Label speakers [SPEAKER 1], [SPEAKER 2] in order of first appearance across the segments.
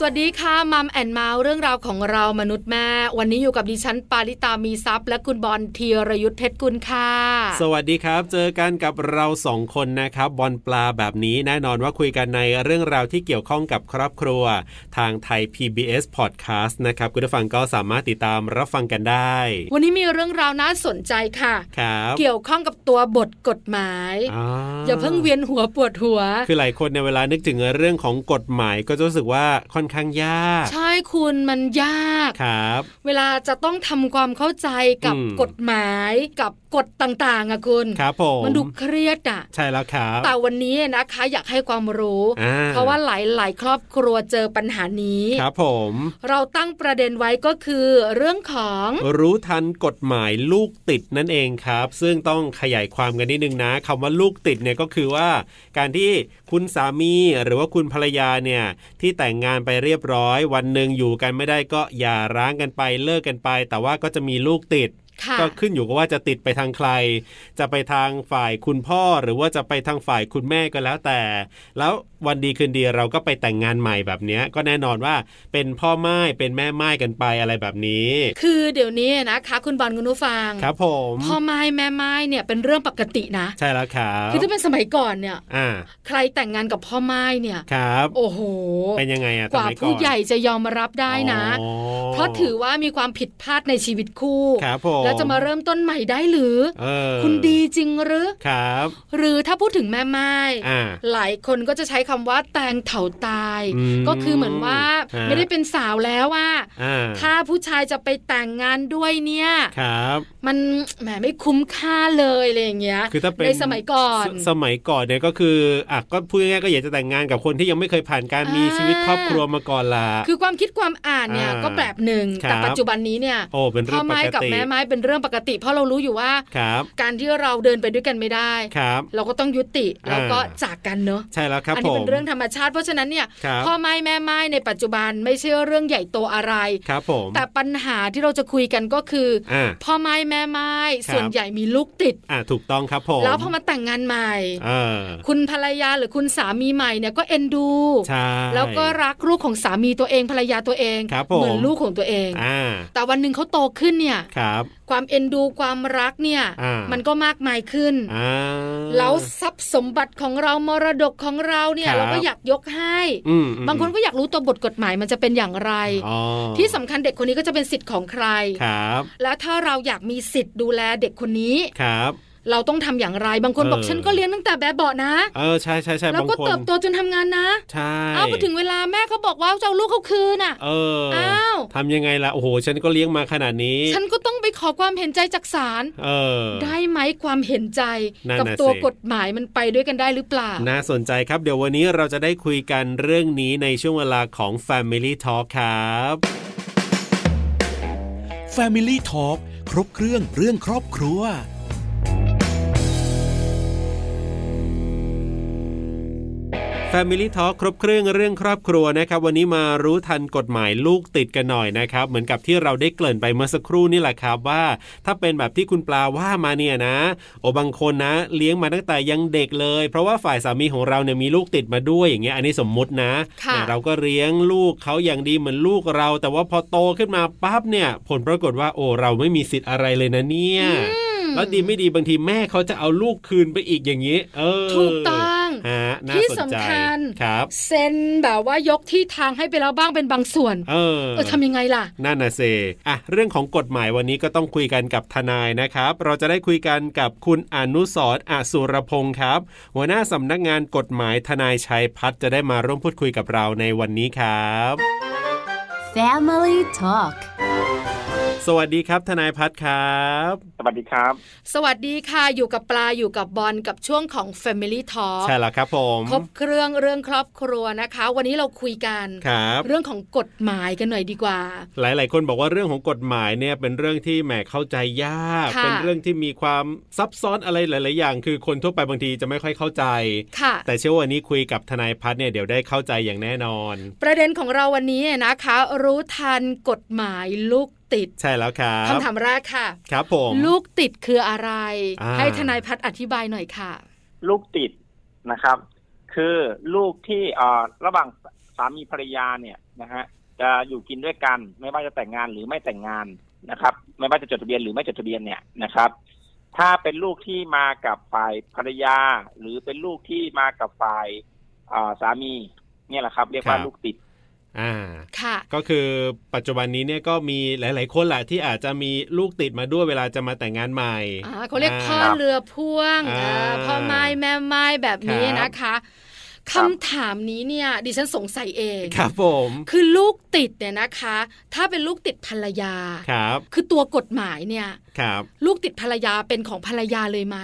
[SPEAKER 1] สวัสดีค่ะมัมแอนเมาส์เรื่องราวของเรามนุษย์แม่ วันนี้อยู่กับดิฉันปาริตามีซัพย์ และคุณบอลธีรยุทธเพชรกุลค่ะ
[SPEAKER 2] สวัสดีครับ เจอกันกับเราสองคนนะครับบอลปลาแบบนี้แน่นอนว่าคุยกันในเรื่องราวที่เกี่ยวข้องกับครอบครัว ทางไทย PBS Podcast นะครับคุณผู้ฟังก็สามารถติดตามรับฟังกันได้
[SPEAKER 1] วันนี้มีเรื่องราวน่าสนใจค่ะ
[SPEAKER 2] ครับ
[SPEAKER 1] เกี่ยวข้องกับตัวบทกฎหมาย อย่าเพิ่งเวียนหัวปวดหัว
[SPEAKER 2] คือหลายคนในยเวลานึกถึงเรื่องของกฎหมายก็จะรู้สึกว่าค่อนข้างยาก
[SPEAKER 1] ใช่คุณมันยาก
[SPEAKER 2] ครับ
[SPEAKER 1] เวลาจะต้องทำความเข้าใจกับ
[SPEAKER 2] อืม
[SPEAKER 1] กฎหมายกับกฎต่างๆอะคุณ
[SPEAKER 2] ครับผม
[SPEAKER 1] มันดูเครียดอะ
[SPEAKER 2] ใช่แล้วครับ
[SPEAKER 1] แต่วันนี้นะคะอยากให้ความรู้
[SPEAKER 2] อ่
[SPEAKER 1] เพราะว่าหลายๆ ครอบครัวเจอปัญหานี้
[SPEAKER 2] ครับผม
[SPEAKER 1] เราตั้งประเด็นไว้ก็คือเรื่องของ
[SPEAKER 2] รู้ทันกฎหมายลูกติดนั่นเองครับ ซึ่งต้องขยายความกันนิดนึงนะคำว่าลูกติดเนี่ยก็คือว่า การที่คุณสามีหรือว่าคุณภรรยาเนี่ยที่แต่งงานไปเรียบร้อย วันหนึ่งอยู่กันไม่ได้ก็หย่าร้างกันไปเลิกกันไป แต่ว่าก็จะมีลูกติด
[SPEAKER 1] ค่ะ
[SPEAKER 2] ก็ขึ้นอยู่กับว่าจะติดไปทางใคร จะไปทางฝ่ายคุณพ่อหรือว่าจะไปทางฝ่ายคุณแม่ก็แล้วแต่ แล้ววันดีคืนดีเราก็ไปแต่งงานใหม่แบบเนี้ยก็แน่นอนว่าเป็นพ่อไม้เป็นแม่ไม้กันไปอะไรแบบนี้
[SPEAKER 1] คือเดี๋ยวนี้นะคะ คุณบอลคุณนุฟัง
[SPEAKER 2] ครับผม
[SPEAKER 1] พ่อไม้แม่ไม้เนี่ยเป็นเรื่องปกตินะ
[SPEAKER 2] ใช่แล้วครับ
[SPEAKER 1] คือถ้าเป็นสมัยก่อนเนี่ย
[SPEAKER 2] อ่า
[SPEAKER 1] ใครแต่งงานกับพ่อไม้เนี่ย
[SPEAKER 2] ครับ
[SPEAKER 1] โอ้โห
[SPEAKER 2] เป็นยังไงอะ
[SPEAKER 1] กว่า
[SPEAKER 2] สมัยอน
[SPEAKER 1] ผู้ใหญ่จะยอมรับได้นะ
[SPEAKER 2] อ๋อ
[SPEAKER 1] เพราะถือว่ามีความผิดพลาดในชีวิตคู่
[SPEAKER 2] ครับผม
[SPEAKER 1] แล้วจะมาเริ่มต้นใหม่ได้หรือ
[SPEAKER 2] เออ
[SPEAKER 1] คุณดีจริงหรือ
[SPEAKER 2] ครับ
[SPEAKER 1] หรือถ้าพูดถึงแม่ไม้
[SPEAKER 2] อ่า
[SPEAKER 1] หลายคนก็จะใช้คำว่าแตงเถาตาย
[SPEAKER 2] อืม
[SPEAKER 1] ก็คือเหมือนว่า
[SPEAKER 2] ฮะ
[SPEAKER 1] ไม่ได้เป็นสาวแล้วว่า
[SPEAKER 2] อ่า
[SPEAKER 1] ถ้าผู้ชายจะไปแต่งงานด้วยเนี่ย
[SPEAKER 2] ครับ
[SPEAKER 1] มันแหมไม่คุ้มค่าเลยอะไรอย่างเงี้ย
[SPEAKER 2] คือถ้าเป็น
[SPEAKER 1] ในสมัยก่อน
[SPEAKER 2] สสมัยก่อนเนี่ยก็คืออ่ะก็พูดง่ายๆก็อยากจะแต่งงานกับคนที่ยังไม่เคยผ่านการมี
[SPEAKER 1] อ่า
[SPEAKER 2] ชีวิตครอบครัวมาก่อนละ
[SPEAKER 1] คือความคิดความอ่านเนี่ย
[SPEAKER 2] อ่า
[SPEAKER 1] ก็แบบหนึ่ง
[SPEAKER 2] ครับ
[SPEAKER 1] แต่ปัจจุบันนี้เนี่ย
[SPEAKER 2] โอ้เป็น
[SPEAKER 1] พ่
[SPEAKER 2] เรื่
[SPEAKER 1] อ
[SPEAKER 2] องป
[SPEAKER 1] ไม้
[SPEAKER 2] ก
[SPEAKER 1] กับ
[SPEAKER 2] ติ
[SPEAKER 1] แม่ไม้เป็นเรื่องปกติ เพราะเรารู้อยู่ว่า
[SPEAKER 2] ครับ
[SPEAKER 1] การที่เราเดินไปด้วยกันไม่ได้
[SPEAKER 2] ครับ
[SPEAKER 1] เราก็ต้องยุติ
[SPEAKER 2] อ่า
[SPEAKER 1] แล้วก็จากกันเนอะ
[SPEAKER 2] ใช่แล้วครับ
[SPEAKER 1] อั
[SPEAKER 2] ผ
[SPEAKER 1] นี้
[SPEAKER 2] ม
[SPEAKER 1] เป็นเรื่องธรรมชาติเพราะฉะนั้นเนี่ย
[SPEAKER 2] ครับ
[SPEAKER 1] พ่อไม้แม่ไม้ในปัจจุบันไม่ใช่เรื่องใหญ่โตอะไร
[SPEAKER 2] ครับผม
[SPEAKER 1] แต่ปัญหาที่เราจะคุยกันก็คือ
[SPEAKER 2] อ่า
[SPEAKER 1] พ่อไม้แม่ไม้
[SPEAKER 2] ครับ
[SPEAKER 1] ส่วนใหญ่มีลูกติด
[SPEAKER 2] อ่าถูกต้องครับผม
[SPEAKER 1] แล้วพอมาแต่งงานใหม่
[SPEAKER 2] เออ
[SPEAKER 1] คุณภรรยาหรือคุณสามีใหม่เนี่ยก็เอ็นดู
[SPEAKER 2] ใช่
[SPEAKER 1] แล้วก็รักลูกของสามีตัวเองภรรยาตัวเอง
[SPEAKER 2] ครับผม
[SPEAKER 1] เหมือนลูกของตัวเอง
[SPEAKER 2] อ่า
[SPEAKER 1] แต่วันหนึ่งเขาโตขึ้นเนี่ย
[SPEAKER 2] ครับ
[SPEAKER 1] ความเอ็นดูความรักเนี่ย
[SPEAKER 2] อ่ามั
[SPEAKER 1] มันก็มากมายขึ้น
[SPEAKER 2] อ่า
[SPEAKER 1] แล้วทรัพย์สมบัติของเรามรดกของเราเนี่ย
[SPEAKER 2] ครับ
[SPEAKER 1] เราก็อยากยกให้
[SPEAKER 2] อืมอืม
[SPEAKER 1] บางคนก็อยากรู้ตัวบทกฎหมายมันจะเป็นอย่างไร
[SPEAKER 2] อ๋อ
[SPEAKER 1] ที่สำคัญเด็กคนนี้ก็จะเป็นสิทธิ์ของใคร
[SPEAKER 2] ครับ
[SPEAKER 1] แล้วถ้าเราอยากมีสิทธิ์ดูแลเด็กคนนี้
[SPEAKER 2] ครับ
[SPEAKER 1] เราต้องทำอย่างไรบางคนบอก
[SPEAKER 2] เออ
[SPEAKER 1] ฉันก็เลี้ยงตั้งแต่แบบเบาะนะ
[SPEAKER 2] เออใช่ใช่ใช่
[SPEAKER 1] แล้ว
[SPEAKER 2] บาง
[SPEAKER 1] ก็
[SPEAKER 2] คน
[SPEAKER 1] เติบโตจนทำงานนะ
[SPEAKER 2] ใช่
[SPEAKER 1] เอาพอถึงเวลาแม่เขาบอกว่าจะเอาลูกเขาคืนอ่ะ
[SPEAKER 2] เออ
[SPEAKER 1] เอ้า
[SPEAKER 2] ทำยังไงล่ะโอ้โห ฉันก็เลี้ยงมาขนาดนี้
[SPEAKER 1] ฉันก็ต้องไปขอความเห็นใจจากศาล
[SPEAKER 2] เออ
[SPEAKER 1] ได้ไหมความเห็นใจ
[SPEAKER 2] นั่น
[SPEAKER 1] กั
[SPEAKER 2] น่ะ
[SPEAKER 1] ตัว
[SPEAKER 2] สิ
[SPEAKER 1] กฎหมายมันไปด้วยกันได้หรือเปล่า
[SPEAKER 2] น่าสนใจครับเดี๋ยววันนี้เราจะได้คุยกันเรื่องนี้ในช่วงเวลาของ Family Talk ครับ
[SPEAKER 3] Family Talk ครบเครื่องเรื่องครอบครัว
[SPEAKER 2] Family Talk ครบเครื่องเรื่องครอบครัวนะครับวันนี้มารู้ทันกฎหมายลูกติดกันหน่อยนะครับ เหมือนกับที่เราได้เกริ่นไปเมื่อสักครู่นี่แหละครับว่า ถ้าเป็นแบบที่คุณปลาว่ามาเนี่ยนะ โอบางคนนะ เลี้ยงมาตั้งแต่ยังเด็กเลย เพราะว่าฝ่ายสามีของเราเนี่ยมีลูกติดมาด้วยอย่างเงี้ยอันนี้สมมุตินะ
[SPEAKER 1] ค่ะ
[SPEAKER 2] แต่เราก็เลี้ยงลูกเขาอย่างดีเหมือนลูกเรา แต่ว่าพอโตขึ้นมาปั๊บเนี่ยผลปรากฏว่าโอ้เราไม่มีสิทธิ์อะไรเลยนะเนี่ยแล้วดีไม่ดีบางทีแม่เขาจะเอาลูกคืนไปอีกอย่างนี้ เออ
[SPEAKER 1] ถูกต้อง
[SPEAKER 2] ฮะน่า
[SPEAKER 1] ที่
[SPEAKER 2] นใจ
[SPEAKER 1] สำคัญ
[SPEAKER 2] ครับ
[SPEAKER 1] เซ็นแบบว่ายกที่ทางให้ไปแล้วบ้างเป็นบางส่วน
[SPEAKER 2] เออ
[SPEAKER 1] เออทำยังไงล่ะ
[SPEAKER 2] นั่นนะเซอ่ะเรื่องของกฎหมายวันนี้ก็ต้องคุยกันกับทนายนะครับ เราจะได้คุยกันกับคุณอนุสรณ์อสุรพงศ์ครับ หัวหน้าสำนักงานกฎหมายทนายชัยพัฒน์จะได้มาร่วมพูดคุยกับเราในวันนี้ครับ
[SPEAKER 4] Family Talk
[SPEAKER 2] สวัสดีครับทนายพัฒน์ครับ
[SPEAKER 5] สวัสดีครับ
[SPEAKER 1] สวัสดีค่ะอยู่กับปลาอยู่กับบอลกับช่วงของ Family Talk
[SPEAKER 2] ใช่แล้วครับผม
[SPEAKER 1] ครบเครื่องเรื่องครอบครัวนะคะ วันนี้เราคุยกัน
[SPEAKER 2] ครับ
[SPEAKER 1] เรื่องของกฎหมายกันหน่อยดีกว่า
[SPEAKER 2] หลาย ๆ คนบอกว่าเรื่องของกฎหมายเนี่ยเป็นเรื่องที่แหมเข้าใจยาก
[SPEAKER 1] ค่ะ
[SPEAKER 2] เป็นเรื่องที่มีความซับซ้อนอะไรหลาย ๆ อย่าง คือคนทั่วไปบางทีจะไม่ค่อยเข้าใจ
[SPEAKER 1] ค่ะ
[SPEAKER 2] แต่เชื่อว่าวันนี้คุยกับทนายพัฒน์เนี่ยเดี๋ยวได้เข้าใจอย่างแน่นอน
[SPEAKER 1] ประเด็นของเราวันนี้นะคะ รู้ทันกฎหมายลูก ติด
[SPEAKER 2] ใช่แล้วครับ
[SPEAKER 1] คำถามแรกค่ะ
[SPEAKER 2] ครับผม
[SPEAKER 1] ลูกติดคืออะไร
[SPEAKER 2] อ่า
[SPEAKER 1] ให้ทนายพัฒน์อธิบายหน่อยค่ะ
[SPEAKER 5] ลูกติดนะครับ คือลูกที่เอ่อระหว่างสามีภรรยาเนี่ยนะฮะจะอยู่กินด้วยกัน ไม่ว่าจะแต่งงานหรือไม่แต่งงานนะครับ ไม่ว่าจะจดทะเบียนหรือไม่จดทะเบียนเนี่ยนะครับ ถ้าเป็นลูกที่มากับฝ่ายภรรยา หรือเป็นลูกที่มากับฝ่ายเอ่อสามีเนี่ยแหละครับ เรียกว่า
[SPEAKER 2] ครับ
[SPEAKER 5] ลูกติด
[SPEAKER 2] อ่า
[SPEAKER 1] ค่ะ
[SPEAKER 2] ก็คือปัจจุบันนี้เนี่ยก็มีหลาย ๆ คนแหละที่อาจจะมีลูกติดมาด้วยเวลาจะมาแต่งงานใหม่
[SPEAKER 1] อ่าเขาเรียกพ่อเรือพ่วง
[SPEAKER 2] อ่า
[SPEAKER 1] อ่าพ่อไม้แม่ไม้แบบนี้
[SPEAKER 2] ครับ
[SPEAKER 1] นะคะ
[SPEAKER 5] ครั
[SPEAKER 1] คำ
[SPEAKER 5] บ
[SPEAKER 1] ถามนี้เนี่ยดิฉันสงสัยเอง
[SPEAKER 2] ครับผม
[SPEAKER 1] คือลูกติดเนี่ยนะคะ ถ้าเป็นลูกติดภรรยา
[SPEAKER 2] ครับ
[SPEAKER 1] คือตัวกฎหมายเนี่ย
[SPEAKER 2] ครับ
[SPEAKER 1] ลูกติดภรรยาเป็นของภรรยาเลยไหม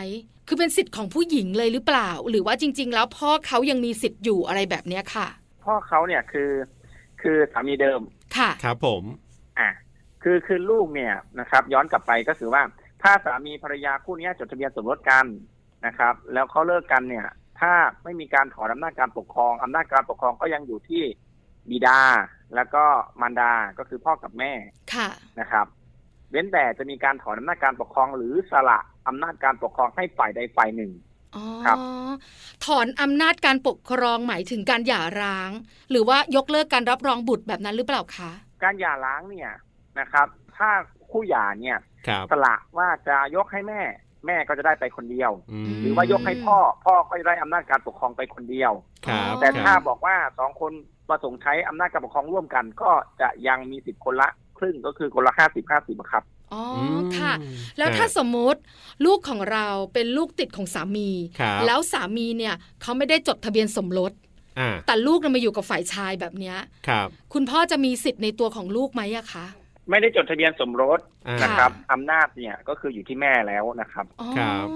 [SPEAKER 1] คือเป็นสิทธิ์ของผู้หญิงเลยหรือเปล่า หรือว่าจริง ๆ แล้วพ่อเขายังมีสิทธิ์อยู่อะไรแบบเนี้ยค่ะ
[SPEAKER 5] พ่อเขาเนี่ยคือคือสามีเดิม
[SPEAKER 1] ค่ะ
[SPEAKER 2] ครับผม
[SPEAKER 5] อ่ะคือคือลูกเนี่ยนะครับ ย้อนกลับไปก็คือว่า ถ้าสามีภรรยาคู่เนี้ยจดทะเบียนสมรสกันนะครับ แล้วเขาเลิกกันเนี่ย ถ้าไม่มีการถอนอำนาจการปกครองอำนาจการปกครองก็ยังอยู่ที่บิดา แล้วก็มารดาก็คือพ่อกับแม่
[SPEAKER 1] ค่ะ
[SPEAKER 5] นะครับ เว้นแต่จะมีการถอนอำนาจการปกครอง หรือสละอำนาจการปกครองให้ฝ่ายใดฝ่ายหนึ่ง
[SPEAKER 1] อ๋อ
[SPEAKER 5] ครับ
[SPEAKER 1] ถอนอำนาจการปกครองหมายถึงการหย่าร้าง หรือว่ายกเลิกการรับรองบุตรแบบนั้นหรือเปล่าคะ
[SPEAKER 5] การหย่าร้างเนี่ยนะครับ ถ้าคู่หย่าเนี่ย
[SPEAKER 2] ครับ
[SPEAKER 5] สละว่าจะยกให้แม่ แม่ก็จะได้ไปคนเดียว
[SPEAKER 2] อืม
[SPEAKER 5] หรือว่ายกให้พ่อ พ่อก็จะได้อำนาจการปกครองไปคนเดียว
[SPEAKER 2] ครับ
[SPEAKER 5] แต่
[SPEAKER 2] ครับ
[SPEAKER 5] ถ้าบอกว่าสองคนประสงค์ใช้อำนาจการปกครองร่วมกัน ก็จะยังมีสิทธิ์คนละครึ่งก็คือคนละห้าสิบห้าสิบครับ
[SPEAKER 1] อ๋ออ
[SPEAKER 2] ม
[SPEAKER 1] ค่ะ แล้วถ้าสมมติลูกของเราเป็นลูกติดของสามี
[SPEAKER 2] ครับ
[SPEAKER 1] แล้วสามีเนี่ยเขาไม่ได้จดทะเบียนสมรส
[SPEAKER 2] อ่า
[SPEAKER 1] แต่ลูกน่ะมาอยู่กับฝ่ายชายแบบเนี้ย
[SPEAKER 2] ครับ
[SPEAKER 1] คุณพ่อจะมีสิทธิ์ในตัวของลูกไหมอะคะ
[SPEAKER 5] ไม่ได้จดทะเบียนสมรส
[SPEAKER 2] อ่า
[SPEAKER 1] ค่ะ
[SPEAKER 5] นะครับอำนาจเนี่ยก็คืออยู่ที่แม่แล้วนะครับ
[SPEAKER 1] อ๋อ
[SPEAKER 2] ครับ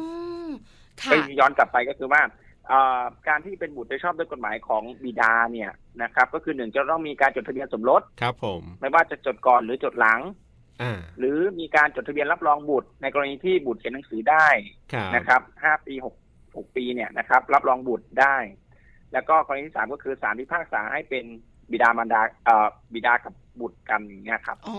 [SPEAKER 1] ค่ะ
[SPEAKER 5] ก็ย้อนกลับไปก็คือว่าเอ่อการที่เป็นบุตรโดยชอบด้วยกฎหมายของบิดาเนี่ยนะครับ ก็คือหนึ่งจะต้องมีการจดทะเบียนสมรส
[SPEAKER 2] ครับผม
[SPEAKER 5] ไม่ว่าจะจดก่อนหรือจดหลัง
[SPEAKER 2] อ่า
[SPEAKER 5] หรือมีการจดทะเบียนรับรองบุตร ในกรณีที่บุตรเขียนหนังสือได้
[SPEAKER 2] ครับ
[SPEAKER 5] นะครับห้าปีหกหกปีเนี่ยนะครับ รับรองบุตรได้ แล้วก็กรณีที่สามก็คือศาลพิพากษาให้เป็นบิดามารดาเอ่อบิดากับบุตรกันอย่างเงี้ยครับ
[SPEAKER 1] อ๋อ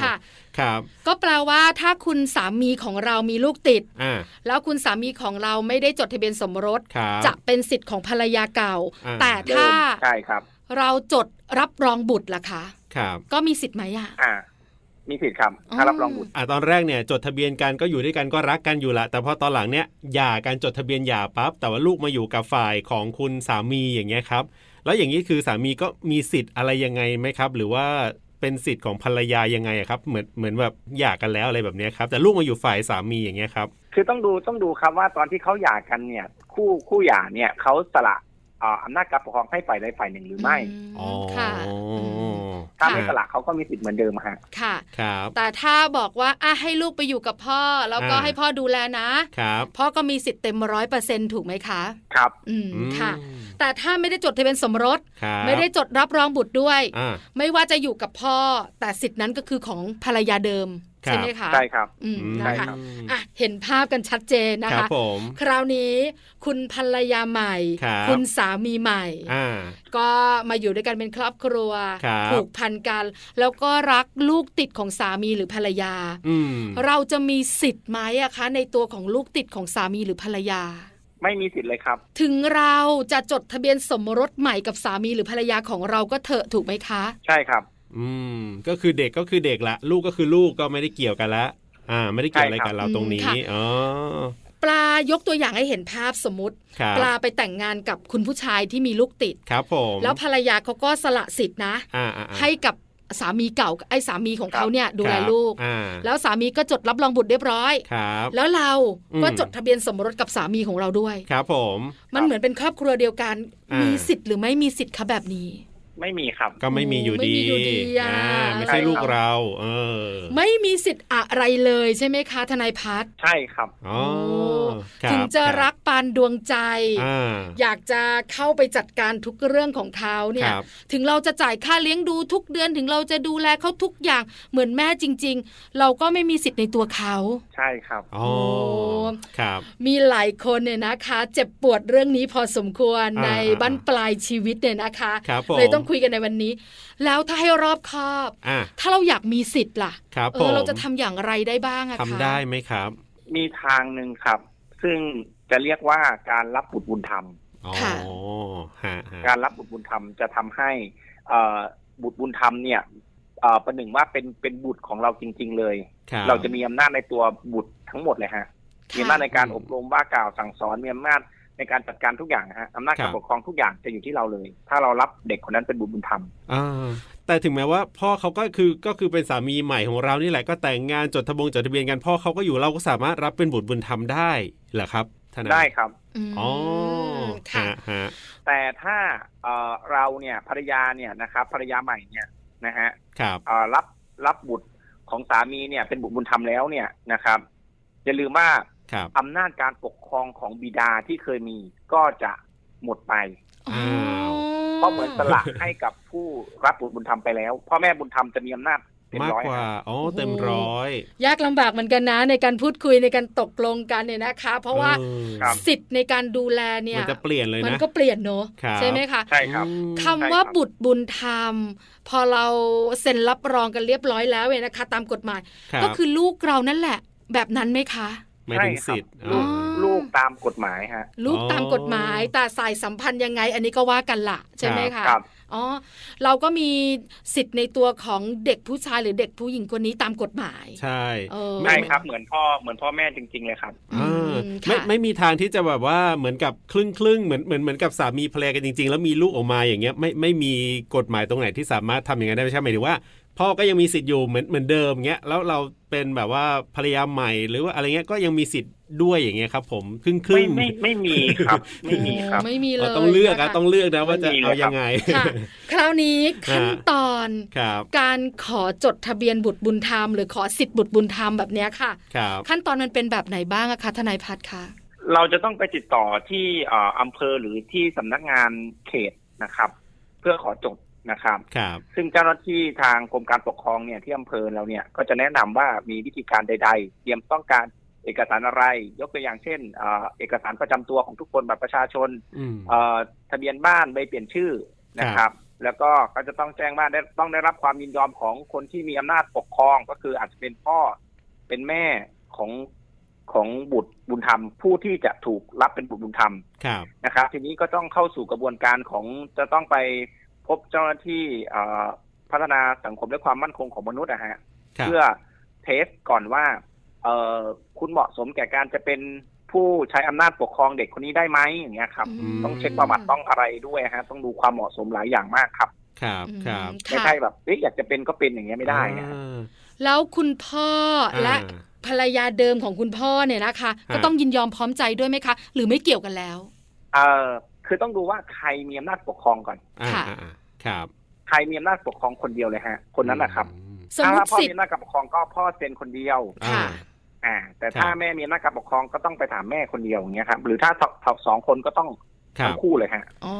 [SPEAKER 1] ค่ะ
[SPEAKER 2] ครับ
[SPEAKER 1] ก็แปลว่าถ้าคุณสามีของเรามีลูกติด
[SPEAKER 2] อ่า
[SPEAKER 1] แล้วคุณสามีของเราไม่ได้จดทะเบียนสมรส
[SPEAKER 2] ครับ
[SPEAKER 1] จะเป็นสิทธิ์ของภรรยาเก่า
[SPEAKER 2] อ่า
[SPEAKER 1] แต่
[SPEAKER 5] เดิ
[SPEAKER 1] ถ้าม
[SPEAKER 5] ใช่ครับ
[SPEAKER 1] เราจดรับรองบุตรล่ะคะ
[SPEAKER 2] ครับ
[SPEAKER 1] ก็มีสิทธิ์ไหมอะ
[SPEAKER 5] อ่า มีสิทธิ์ครับ
[SPEAKER 1] อ๋
[SPEAKER 5] ถ้า
[SPEAKER 1] อ
[SPEAKER 5] รับรองบุตร
[SPEAKER 2] อ่าตอนแรกเนี่ยจดทะเบียนกันก็อยู่ด้วยกันก็รักกันอยู่ละแต่พอตอนหลังเนี่ยหย่ากันจดทะเบียนหย่าปั๊บแต่ว่าลูกมาอยู่กับฝ่ายของคุณสามีอย่างเงี้ยครับ แล้วอย่างนี้คือสามีก็มีสิทธิ์อะไรยังไงไหมครับ หรือว่าเป็นสิทธิ์ของภรรยายังไงอะครับ เหมือนเหมือนแบบหย่ากันแล้วอะไรแบบเนี้ยครับ แต่ลูกมาอยู่ฝ่ายสามีอย่างเงี้ยครับ
[SPEAKER 5] คือต้องดูต้องดูครับว่าตอนที่เขาหย่ากันเนี่ย คู่คู่หย่าเนี่ยเขาสละเอ่ออำนาจการปกครองให้ฝ่ายใดฝ่ายหนึ่งหรือไม่
[SPEAKER 2] อ๋อ
[SPEAKER 1] ค่ะอืม
[SPEAKER 5] ถ้าไม่สละเขาก็มีสิทธิ์เหมือนเดิมฮะ
[SPEAKER 1] ค่ะ
[SPEAKER 2] ครับ
[SPEAKER 1] แต่ถ้าบอกว่าอ่ะให้ลูกไปอยู่กับพ่อ แล้วก็
[SPEAKER 2] อ่า
[SPEAKER 1] ให้พ่อดูแลนะ
[SPEAKER 2] ครับ
[SPEAKER 1] พ่อก็มีสิทธิ์เต็มร้อยเปอร์เซ็นถูกไหมคะ
[SPEAKER 5] ครับ
[SPEAKER 1] อืม
[SPEAKER 2] อืม
[SPEAKER 1] ค่ะ แต่ถ้าไม่ได้จดทะเบียนสมรส
[SPEAKER 2] ครับ
[SPEAKER 1] ไม่ได้จดรับรองบุตรด้วย
[SPEAKER 2] อ่า
[SPEAKER 1] ไม่ว่าจะอยู่กับพ่อ แต่สิทธินั้นก็คือของภรรยาเดิม
[SPEAKER 2] ครับ
[SPEAKER 1] ใช่ไหมคะ
[SPEAKER 5] ใช่ครับ
[SPEAKER 1] อืม
[SPEAKER 5] ใช่
[SPEAKER 1] นะคะ
[SPEAKER 5] ครับ
[SPEAKER 1] อ่ะเห็นภาพกันชัดเจนนะ
[SPEAKER 2] ครั
[SPEAKER 1] คะ
[SPEAKER 2] บผม
[SPEAKER 1] คราวนี้คุณภรรยาใหม่
[SPEAKER 2] ครับ
[SPEAKER 1] คุณสามีใหม่
[SPEAKER 2] อ่า
[SPEAKER 1] ก็มาอยู่ด้วยกันเป็นครอบครัว
[SPEAKER 2] ครับ
[SPEAKER 1] ผูกพันกัน แล้วก็รักลูกติดของสามีหรือภรรยา
[SPEAKER 2] อืม
[SPEAKER 1] เราจะมีสิทธิ์ไหมอะคะ ในตัวของลูกติดของสามีหรือภรรยา
[SPEAKER 5] ไม่มีสิทธิ์เลยครับ
[SPEAKER 1] ถึงเราจะจดทะเบียนสมรสใหม่กับสามีหรือภรรยาของเราก็เถอะถูกไหมคะ
[SPEAKER 5] ใช่ครับ
[SPEAKER 2] อืมก็คือเด็กก็คือเด็กละ ลูกก็คือลูกก็ไม่ได้เกี่ยวกันละอ่า ไม่ได้เกี่ยวอะไร
[SPEAKER 5] ใช่ครั
[SPEAKER 2] กับ บเราตรงนี้
[SPEAKER 1] อืมค่ะ
[SPEAKER 2] อ๋อ
[SPEAKER 1] ปลายกตัวอย่างให้เห็นภาพสมมติ
[SPEAKER 2] ครับ
[SPEAKER 1] ปลาไปแต่งงานกับคุณผู้ชายที่มีลูกติด
[SPEAKER 2] ครับผม
[SPEAKER 1] แล้วภรรยาเขาก็สละสิทธินะ
[SPEAKER 2] อ่าอ่าอ่า
[SPEAKER 1] ให้กับสามีเก่าไอ้สามีของ
[SPEAKER 5] ครับ
[SPEAKER 1] เขาเนี่ยดูแล
[SPEAKER 2] ครับ
[SPEAKER 1] ลูก
[SPEAKER 2] อ่า
[SPEAKER 1] แล้วสามีก็จดรับรองบุตรเรียบร้อย
[SPEAKER 2] ครับ
[SPEAKER 1] แล้วเราก็
[SPEAKER 2] อืม
[SPEAKER 1] จดทะเบียนสมรสกับสามีของเราด้วย
[SPEAKER 2] ครับผม
[SPEAKER 1] มันเหมือนเป็นครอบครัวเดียวกัน
[SPEAKER 2] อ่ามี
[SPEAKER 1] มีสิทธิ์หรือไม่มีสิทธิ์คะแบบนี้
[SPEAKER 5] ไม่มีครับ
[SPEAKER 2] ก็ไม่มีอยู่
[SPEAKER 1] ไม่มีอยู่ดีอ่ะ
[SPEAKER 2] อ่าไม่ใช่ลูกเรา เออ
[SPEAKER 1] ไม่มีสิทธิ์อะไรเลยใช่ไหมคะทนายพัฒน์
[SPEAKER 5] ใช่ครับ
[SPEAKER 2] อ๋อ
[SPEAKER 1] โอ้
[SPEAKER 2] คบ
[SPEAKER 1] ถึงจะ
[SPEAKER 2] คบ
[SPEAKER 1] รักปานดวงใจ
[SPEAKER 2] อ่า
[SPEAKER 1] อยากจะเข้าไปจัดการทุกเรื่องของเขาเนี่ย
[SPEAKER 2] ครับ
[SPEAKER 1] ถึงเราจะจ่ายค่าเลี้ยงดูทุกเดือนถึงเราจะดูแลเขาทุกอย่างเหมือนแม่จริง ๆ เราก็ไม่มีสิทธิ์ในตัวเขา
[SPEAKER 5] ใช่ครับ
[SPEAKER 2] อ๋อครับ
[SPEAKER 1] มีหลายคนเนี่ยนะคะ เจ็บปวดเรื่องนี้พอสมควร
[SPEAKER 2] อ่า
[SPEAKER 1] ในบั้นปลายชีวิตเนี่ยนะคะ
[SPEAKER 2] ครับผม
[SPEAKER 1] เลยต้องคุยกันในวันนี้ แล้วถ้าให้รอบคอบ
[SPEAKER 2] อ่ะ
[SPEAKER 1] ถ้าเราอยากมีสิทธิ์ล่ะ
[SPEAKER 2] ครับ
[SPEAKER 1] เอ
[SPEAKER 2] ผม
[SPEAKER 1] อเราจะทำอย่างไรได้บ้างอะคะ
[SPEAKER 2] ทำได้ไหมครับ
[SPEAKER 5] มีทางหนึ่งครับ ซึ่งจะเรียกว่าการรับบุตรบุญธรรม
[SPEAKER 2] อ๋อฮะฮะ
[SPEAKER 5] การรับบุตรบุญธรรมจะทำให้เอ่อบุตรบุญธรรมเนี่ยเอ่อประหนึ่งว่าเป็นเป็นบุตรของเราจริง ๆ เลย
[SPEAKER 2] คบ
[SPEAKER 5] เราจะมีอำนาจในตัวบุตรทั้งหมดเลยฮะมี
[SPEAKER 1] ค่ะ
[SPEAKER 5] อำนาจในการ
[SPEAKER 2] อืม
[SPEAKER 5] อบรมว่ากล่าวสั่งสอนมีอำนาจในการจัดการทุกอย่างฮะอำนาจ
[SPEAKER 2] ครั
[SPEAKER 5] การ
[SPEAKER 2] บ
[SPEAKER 5] ปกครองทุกอย่างจะอยู่ที่เราเลย ถ้าเรารับเด็กคนนั้นเป็นบุตรบุญธรรม
[SPEAKER 2] อ่าแต่ถึงแม้ว่าพ่อเขาก็คือก็คือเป็นสามีใหม่ของเรานี่แหละก็แต่งงานจดทะบงจดทะเบียนกันพ่อเขาก็อยู่เราก็สามารถรับเป็นบุตรบุญธรรมได้เหรอครับทนาย
[SPEAKER 5] ได้ครับ
[SPEAKER 1] ม
[SPEAKER 2] อ๋อ
[SPEAKER 1] ค่ะ
[SPEAKER 2] ฮะฮะ
[SPEAKER 5] แต่ถ้าเอ่อเราเนี่ยภรรยาเนี่ยนะครับภรรยาใหม่เนี่ยนะฮะ
[SPEAKER 2] ครับ
[SPEAKER 5] เอ่อรับรับบุตรของสามีเนี่ยเป็นบุตรบุญธรรมแล้วเนี่ยนะครับอย่าลืมว่า
[SPEAKER 2] ครับ
[SPEAKER 5] อำนาจการปกครองของบิดาที่เคยมีก็จะหมดไป
[SPEAKER 1] อ๋อ
[SPEAKER 5] เพราะเหมือนสละให้กับผู้รับบุตรบุญธรรมไปแล้ว พ่อแม่บุญธรรมจะมีอำนาจเต็ม
[SPEAKER 2] มาก
[SPEAKER 5] ร้อย
[SPEAKER 2] กว่า
[SPEAKER 5] ฮะ
[SPEAKER 2] อ๋อ
[SPEAKER 1] โอ้โห
[SPEAKER 2] เต็มร้อย
[SPEAKER 1] ยากลำบากเหมือนกันนะในการพูดคุยในการตกลงกันเนี่ยนะคะ เพราะว่า
[SPEAKER 2] ออ
[SPEAKER 1] สิทธิ์ในการดูแลเนี่ย
[SPEAKER 2] มันจะเปลี่ยนเลย
[SPEAKER 1] มัน
[SPEAKER 2] นะ
[SPEAKER 1] ก็เปลี่ยนเนอะ
[SPEAKER 2] ครับ
[SPEAKER 1] ใช่ไหมคะ
[SPEAKER 5] ใช่ครับ
[SPEAKER 2] อืม
[SPEAKER 1] คำว่าบุตรบุญธรรม พอเราเซ็นรับรองกันเรียบร้อยแล้วเนี่ยนะคะ ตามกฎหมาย
[SPEAKER 2] รับ
[SPEAKER 1] ก็คือลูกเรานั่นแหละ แบบนั้นไหมคะ
[SPEAKER 2] หมายถึงสิทธิ์
[SPEAKER 5] ลูก
[SPEAKER 2] อ๋อ
[SPEAKER 5] ลูกตามกฎหมายฮะ
[SPEAKER 1] ลูกตามกฎหมาย
[SPEAKER 2] อ๋อ
[SPEAKER 1] แต่สายสัมพันธ์ยังไง อันนี้ก็ว่ากันละใช่ไหมคะ
[SPEAKER 5] ครับ
[SPEAKER 1] อ๋อเราก็มีสิทธิ์ในตัวของเด็กผู้ชายหรือเด็กผู้หญิงคนนี้ตามกฎหมาย
[SPEAKER 2] ใช่
[SPEAKER 1] เออ
[SPEAKER 2] ไม่
[SPEAKER 5] ใช่ครับเหมือนพ่อเหมือนพ่อแม่จริง ๆ เลยครับ
[SPEAKER 2] เออ
[SPEAKER 1] ม
[SPEAKER 2] ไม่
[SPEAKER 1] ค่ะ
[SPEAKER 2] ไม่มีทางที่จะแบบว่าเหมือนกับครึ่งครึ่งๆเหมือนเหมือนเหมือนกับสามีภรรยากันจริง ๆ แล้วมีลูกออกมาอย่างเงี้ยไม่ไม่มีกฎหมายตรงไหนที่สามารถทำอย่างนั้นได้ไหมใช่ไหมายถึงว่า พ่อก็ยังมีสิทธิ์อยู่เหมือนเหมือนเดิมเงี้ยแล้วเราเป็นแบบว่าภรรยาใหม่ หรือว่าอะไรเงี้ยก็ยังมีสิทธิ์ด้วยอย่างเงี้ยครับ ผมครึ่งค
[SPEAKER 5] ไม่
[SPEAKER 2] รึ่ง
[SPEAKER 5] ไม่ไม่มีครับ ไม่มีครับ
[SPEAKER 1] โอ้ไม่มีเล
[SPEAKER 2] เรา
[SPEAKER 1] ย
[SPEAKER 2] ต้องเลือก
[SPEAKER 1] น
[SPEAKER 2] อะต้องเลือกนะว่าจะ
[SPEAKER 5] ไม่มีเลย
[SPEAKER 2] เอายังไง
[SPEAKER 1] ค่ะ คราวนี้ขั้น
[SPEAKER 2] ฮะ
[SPEAKER 1] ตอน
[SPEAKER 2] ครับ
[SPEAKER 1] การขอจดทะเบียนบุตรบุญธรรม หรือขอสิทธิ์บุตรบุญธรรมแบบเนี้ยค่ะ
[SPEAKER 2] ครับ
[SPEAKER 1] ขั้นตอนมันเป็นแบบไหนบ้างอะคะทนายพัฒน์คะ
[SPEAKER 5] เราจะต้องไปติดต่อที่เอ่ออำเภอหรือที่สำนักงานเขตนะครับ เพื่อขอจดนะครับ
[SPEAKER 2] ครับ
[SPEAKER 5] ซึ่งเจ้าหน้าที่ทางกรมการปกครองเนี่ยที่อำเภอเราเนี่ยก็จะแนะนำว่ามีวิธีการใด ๆ เตรียมต้องการเอกสารอะไร ยกตัวอย่างเช่นเอ่อเอกสารประจำตัวของทุกคนบัตรประชาชน
[SPEAKER 2] อืม
[SPEAKER 5] เอ่อทะเบียนบ้านใบเปลี่ยนชื่อนะค
[SPEAKER 2] ครั
[SPEAKER 5] รับ บ แล้วก็ก็จะต้องแจ้งว่าได้ต้องได้รับความยินยอมของคนที่มีอำนาจปกครอง ก็คืออาจจะเป็นพ่อเป็นแม่ของของบุตรบุญธรรม ผู้ที่จะถูกรับเป็นบุตรบุญธรรม
[SPEAKER 2] ครับ
[SPEAKER 5] นะครับทีนี้ก็ต้องเข้าสู่กระบวนการของจะต้องไปพบเจ้าหน้าที่เอ่อพัฒนาสังคมและความมั่นคงของมนุษย์นะฮะ
[SPEAKER 2] ครับ
[SPEAKER 5] เพื่อเทสก่อนว่าเอ่อคุณเหมาะสมแก่การจะเป็นผู้ใช้อำนาจปกครองเด็กคนนี้ได้ไหมอย่างเงี้ยครับ
[SPEAKER 1] อืม
[SPEAKER 5] ต้องเช็คประวัติต้องอะไรด้วยฮะต้องดูความเหมาะสมหลายอย่างมากครับ
[SPEAKER 2] ครับ
[SPEAKER 1] อืม
[SPEAKER 2] ครับ
[SPEAKER 5] ไม่
[SPEAKER 1] ค่ะ
[SPEAKER 5] ใช่แบบเอ๊ะอยากจะเป็นก็เป็นอย่างเงี้ยไม่ได้นะฮะ
[SPEAKER 2] อ่า
[SPEAKER 1] แล้วคุณพ่อและ
[SPEAKER 2] อ่า
[SPEAKER 1] ภรรยาเดิมของคุณพ่อเนี่ยนะคะ ก็
[SPEAKER 2] ฮะ
[SPEAKER 1] ต้องยินยอมพร้อมใจด้วยไหมคะ หรือไม่เกี่ยวกันแล้ว
[SPEAKER 5] เอ่อคือต้องดูว่าใครมีอำนาจปกครองก่อน
[SPEAKER 2] อ่า
[SPEAKER 1] ค่ะ
[SPEAKER 2] อ่าอ่าครับ
[SPEAKER 5] ใครมีอำนาจปกครองคนเดียวเลยฮะ คนนั้นนะครับ
[SPEAKER 2] อืม
[SPEAKER 1] สมม
[SPEAKER 5] ถ้า
[SPEAKER 1] ติ
[SPEAKER 5] พ่อ
[SPEAKER 1] สิท
[SPEAKER 5] มี
[SPEAKER 1] ธิ์
[SPEAKER 5] อำนาจการปกครองก็พ่อเซ็นคนเดียว
[SPEAKER 2] อ่า
[SPEAKER 1] ค่ะ
[SPEAKER 5] อ่าแต่ถ้า
[SPEAKER 2] ครับ
[SPEAKER 5] แม่มีอำนาจการปกครองก็ต้องไปถามแม่คนเดียวอย่างเงี้ยครับหรือถ้าสองสองสองคนก็ต้อง
[SPEAKER 2] ครั
[SPEAKER 5] ทั้
[SPEAKER 2] บ
[SPEAKER 5] งคู่เลยฮะ
[SPEAKER 1] อ๋อ